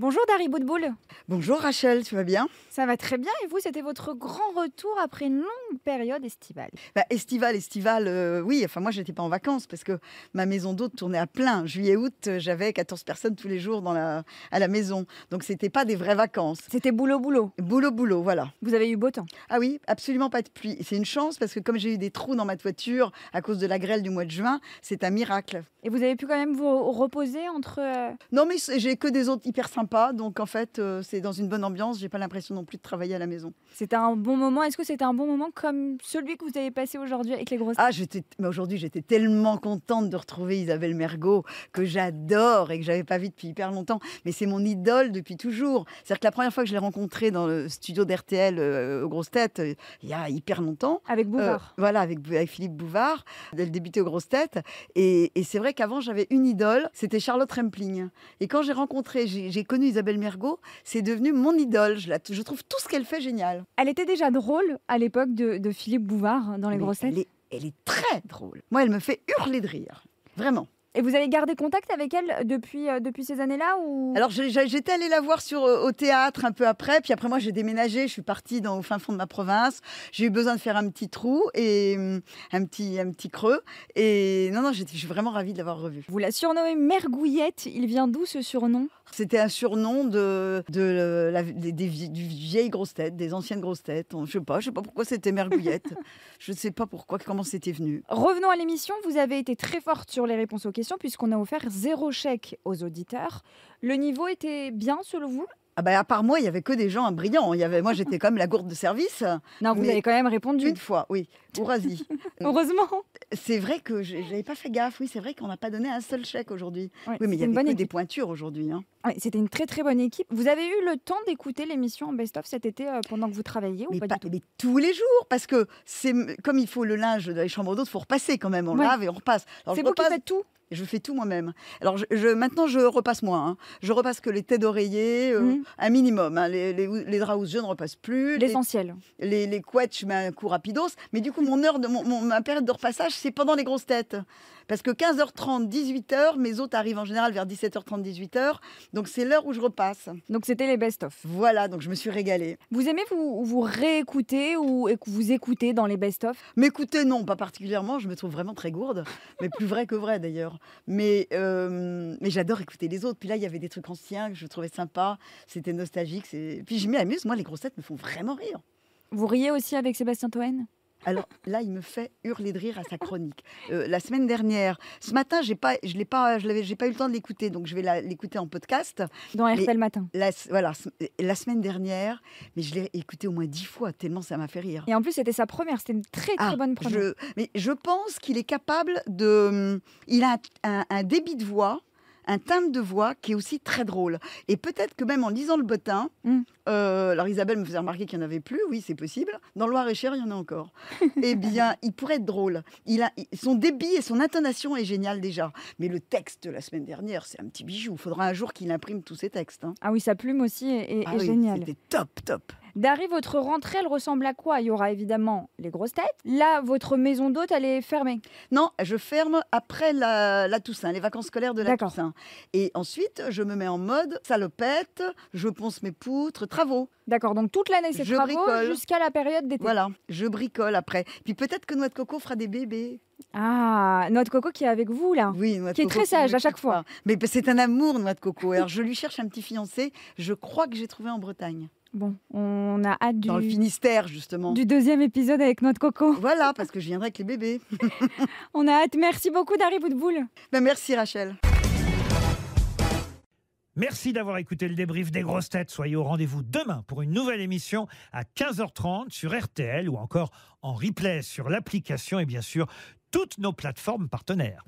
Bonjour Dari Boudboul. Bonjour Rachel, tu vas bien Ça va très bien et vous, c'était votre grand retour après une longue période estivale. bah, Estival, estival, euh, oui, enfin moi j'étais pas en vacances parce que ma maison d'hôte tournait à plein. Juillet, août, euh, j'avais 14 personnes tous les jours dans la, à la maison. Donc c'était pas des vraies vacances. C'était boulot boulot. Boulot, boulot, voilà. Vous avez eu beau temps. Ah oui, absolument pas de pluie. C'est une chance parce que comme j'ai eu des trous dans ma toiture à cause de la grêle du mois de juin, c'est un miracle. Et vous avez pu quand même vous reposer entre... euh, Non mais c'est- j'ai que des hôtes hyper sympas, donc en fait euh, c'est dans une bonne ambiance. J'ai pas l'impression non plus de travailler à la maison. C'était un bon moment. Est-ce que c'était un bon moment comme celui que vous avez passé aujourd'hui avec les grosses têtes Ah, j'étais, mais aujourd'hui, j'étais tellement contente de retrouver Isabelle Mergot, que j'adore et que j'avais pas vue depuis hyper longtemps. Mais c'est mon idole depuis toujours. C'est-à-dire que la première fois que je l'ai rencontrée dans le studio d'RTL euh, aux grosses têtes, euh, il y a hyper longtemps. Avec euh, Bouvard voilà, avec, Bou- avec Philippe Bouvard, elle débutait aux grosses têtes. Et, et c'est vrai qu'avant, j'avais une idole, c'était Charlotte Rampling. Et quand j'ai rencontré, j'ai, j'ai connu Isabelle Mergot, c'est devenu mon idole. Je, la- je trouve tout ce qu'elle fait génial. Elle était déjà drôle à l'époque de, de Philippe Bouvard hein, dans les Mais grosses têtes. Elle est, elle est très drôle. Moi, elle me fait hurler de rire. Vraiment. Et vous avez gardé contact avec elle depuis, euh, depuis ces années-là ou... Alors j'ai- j'ai- j'étais allée la voir sur euh, au théâtre un peu après, puis après moi j'ai déménagé, je suis partie dans au fin fond de ma province. J'ai eu besoin de faire un petit trou et hum, un petit un petit creux. Et non non, j'étais- je suis vraiment ravie de l'avoir revue. Vous la surnommez Mergouillette. Il vient d'où ce surnom C'était un surnom de de euh, la- des, des vie- du vieilles grosses têtes, des anciennes grosses têtes. On- Je sais pas, je sais pas pourquoi c'était Mergouillette. je ne sais pas pourquoi comment c'était venu. Revenons à l'émission, vous avez été très forte sur les réponses aux questions puisqu'on a offert zéro chèque aux auditeurs. Le niveau était bien selon vous Ah bah à part moi, il y avait que des gens hein, brillants. Il y avait moi j'étais comme la gourde de service Non, vous Mais- avez quand même répondu. une fois, oui. Ourasi. Heureusement. C'est vrai que j'ai- j'avais pas fait gaffe. Oui, c'est vrai qu'on n'a pas donné un seul chèque aujourd'hui. Ouais, Oui, mais il y c'était avait une bonne que des équipe. pointures aujourd'hui. hein. Ouais, C'était une très très bonne équipe. Vous avez eu le temps d'écouter l'émission en best-of cet été euh, pendant que vous travailliez ou Mais, pas, pas- du tout mais tous les jours, parce que c'est comme il faut le linge de les chambres d'hôtes, faut repasser quand même. On Ouais. lave et on repasse. Alors, C'est je vous qui repasse- faites tout Je fais tout moi-même. Alors je, je- maintenant, je repasse moins. hein. Je repasse que les têtes d'oreiller, euh, Mhm. un minimum. hein. Les, les, les draps je ne repasse plus. Les, L'essentiel. les, les couettes, je mets un coup rapidos. Mais du coup, mon heure de, mon, mon- ma période de repassage, c'est pendant les grosses têtes. Parce que 15h30, 18h, mes hôtes arrivent en général vers 17h30, 18h. Donc c'est l'heure où je repasse. Donc c'était les best-of. Voilà, donc je me suis régalée. Vous aimez vous, vous réécouter ou éc- vous écouter dans les best-of Mais écoutez, non, pas particulièrement. Je me trouve vraiment très gourde, mais plus vrai que vrai d'ailleurs. Mais, euh, mais j'adore écouter les autres. Puis là, il y avait des trucs anciens que je trouvais sympas. C'était nostalgique. c'est- Puis je m'y amuse. Moi, les grossettes me font vraiment rire. Vous riez aussi avec Sébastien Toen Alors là, il me fait hurler de rire à sa chronique. Euh, la semaine dernière, ce matin, j'ai pas, je l'ai pas, je l'avais, j'ai pas eu le temps de l'écouter, donc je vais la- l'écouter en podcast. dans Mais- RTL Matin. La, voilà, ce- la semaine dernière, mais je l'ai écouté au moins dix fois tellement ça m'a fait rire. Et en plus c'était sa première, c'était une très très Ah, bonne première. je- mais je pense qu'il est capable de. hum, Il a un, un débit de voix, un timbre de voix qui est aussi très drôle. Et peut-être que même en lisant le bottin, Mm. euh, alors Isabelle me faisait remarquer qu'il n'y en avait plus, oui, c'est possible. Dans le Loir-et-Cher, il y en a encore. eh bien, il pourrait être drôle. Il a, il- son débit et son intonation est génial déjà. Mais le texte de la semaine dernière, c'est un petit bijou. Il faudra un jour qu'il imprime tous ses textes. hein. Ah oui, sa plume aussi est, est- Ah est oui, géniale. C'était top, top. Dari, votre rentrée, elle ressemble à quoi Il y aura évidemment les grosses têtes. Là, votre maison d'hôte, elle est fermée. Non, je ferme après la, la Toussaint, les vacances scolaires de la D'accord. Toussaint. Et ensuite, je me mets en mode salopette, je ponce mes poutres, travaux. D'accord, donc toute l'année, c'est Je travaux bricole. jusqu'à la période d'été. Voilà, je bricole après. Puis peut-être que Noix de Coco fera des bébés. Ah, notre coco qui est avec vous, là. Oui, Noix de Ah. Qui est Coco très ne sage à quitte chaque fois. pas. Ah. Mais c'est un amour, Noix de Coco. Et Alors je lui cherche un petit fiancé, je crois que j'ai trouvé en Bretagne. Bon, on a hâte Dans le du, Finistère, justement. du deuxième épisode avec notre coco. Voilà, parce que je viendrai avec les bébés. On a hâte. Merci beaucoup, Dari Boudboul. Ben, merci Rachel. Merci d'avoir écouté le débrief des grosses têtes. Soyez au rendez-vous demain pour une nouvelle émission à 15h30 sur RTL ou encore en replay sur l'application et bien sûr toutes nos plateformes partenaires.